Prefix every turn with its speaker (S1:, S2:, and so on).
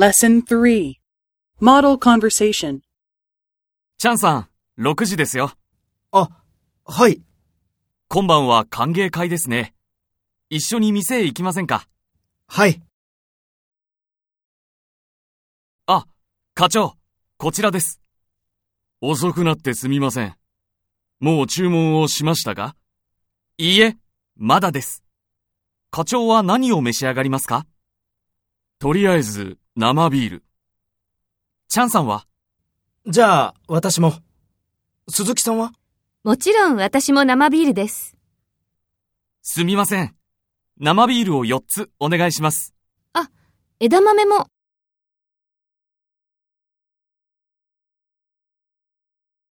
S1: Lesson 3 Model Conversation
S2: チャンさん、6時ですよ。
S3: あ、はい。
S2: 今晩は歓迎会ですね。一緒に店へ行きませんか
S3: はい。
S2: あ、課長、こちらです。遅くなってすみません。もう注文をしましたかいいえ、まだです。課長は何を召し上がりますかとりあえず、生ビール。チャンさんは
S3: じゃあ、私も。鈴木さんは
S4: もちろん私も生ビールです。
S2: すみません。生ビールを4つお願いします。
S4: 枝豆も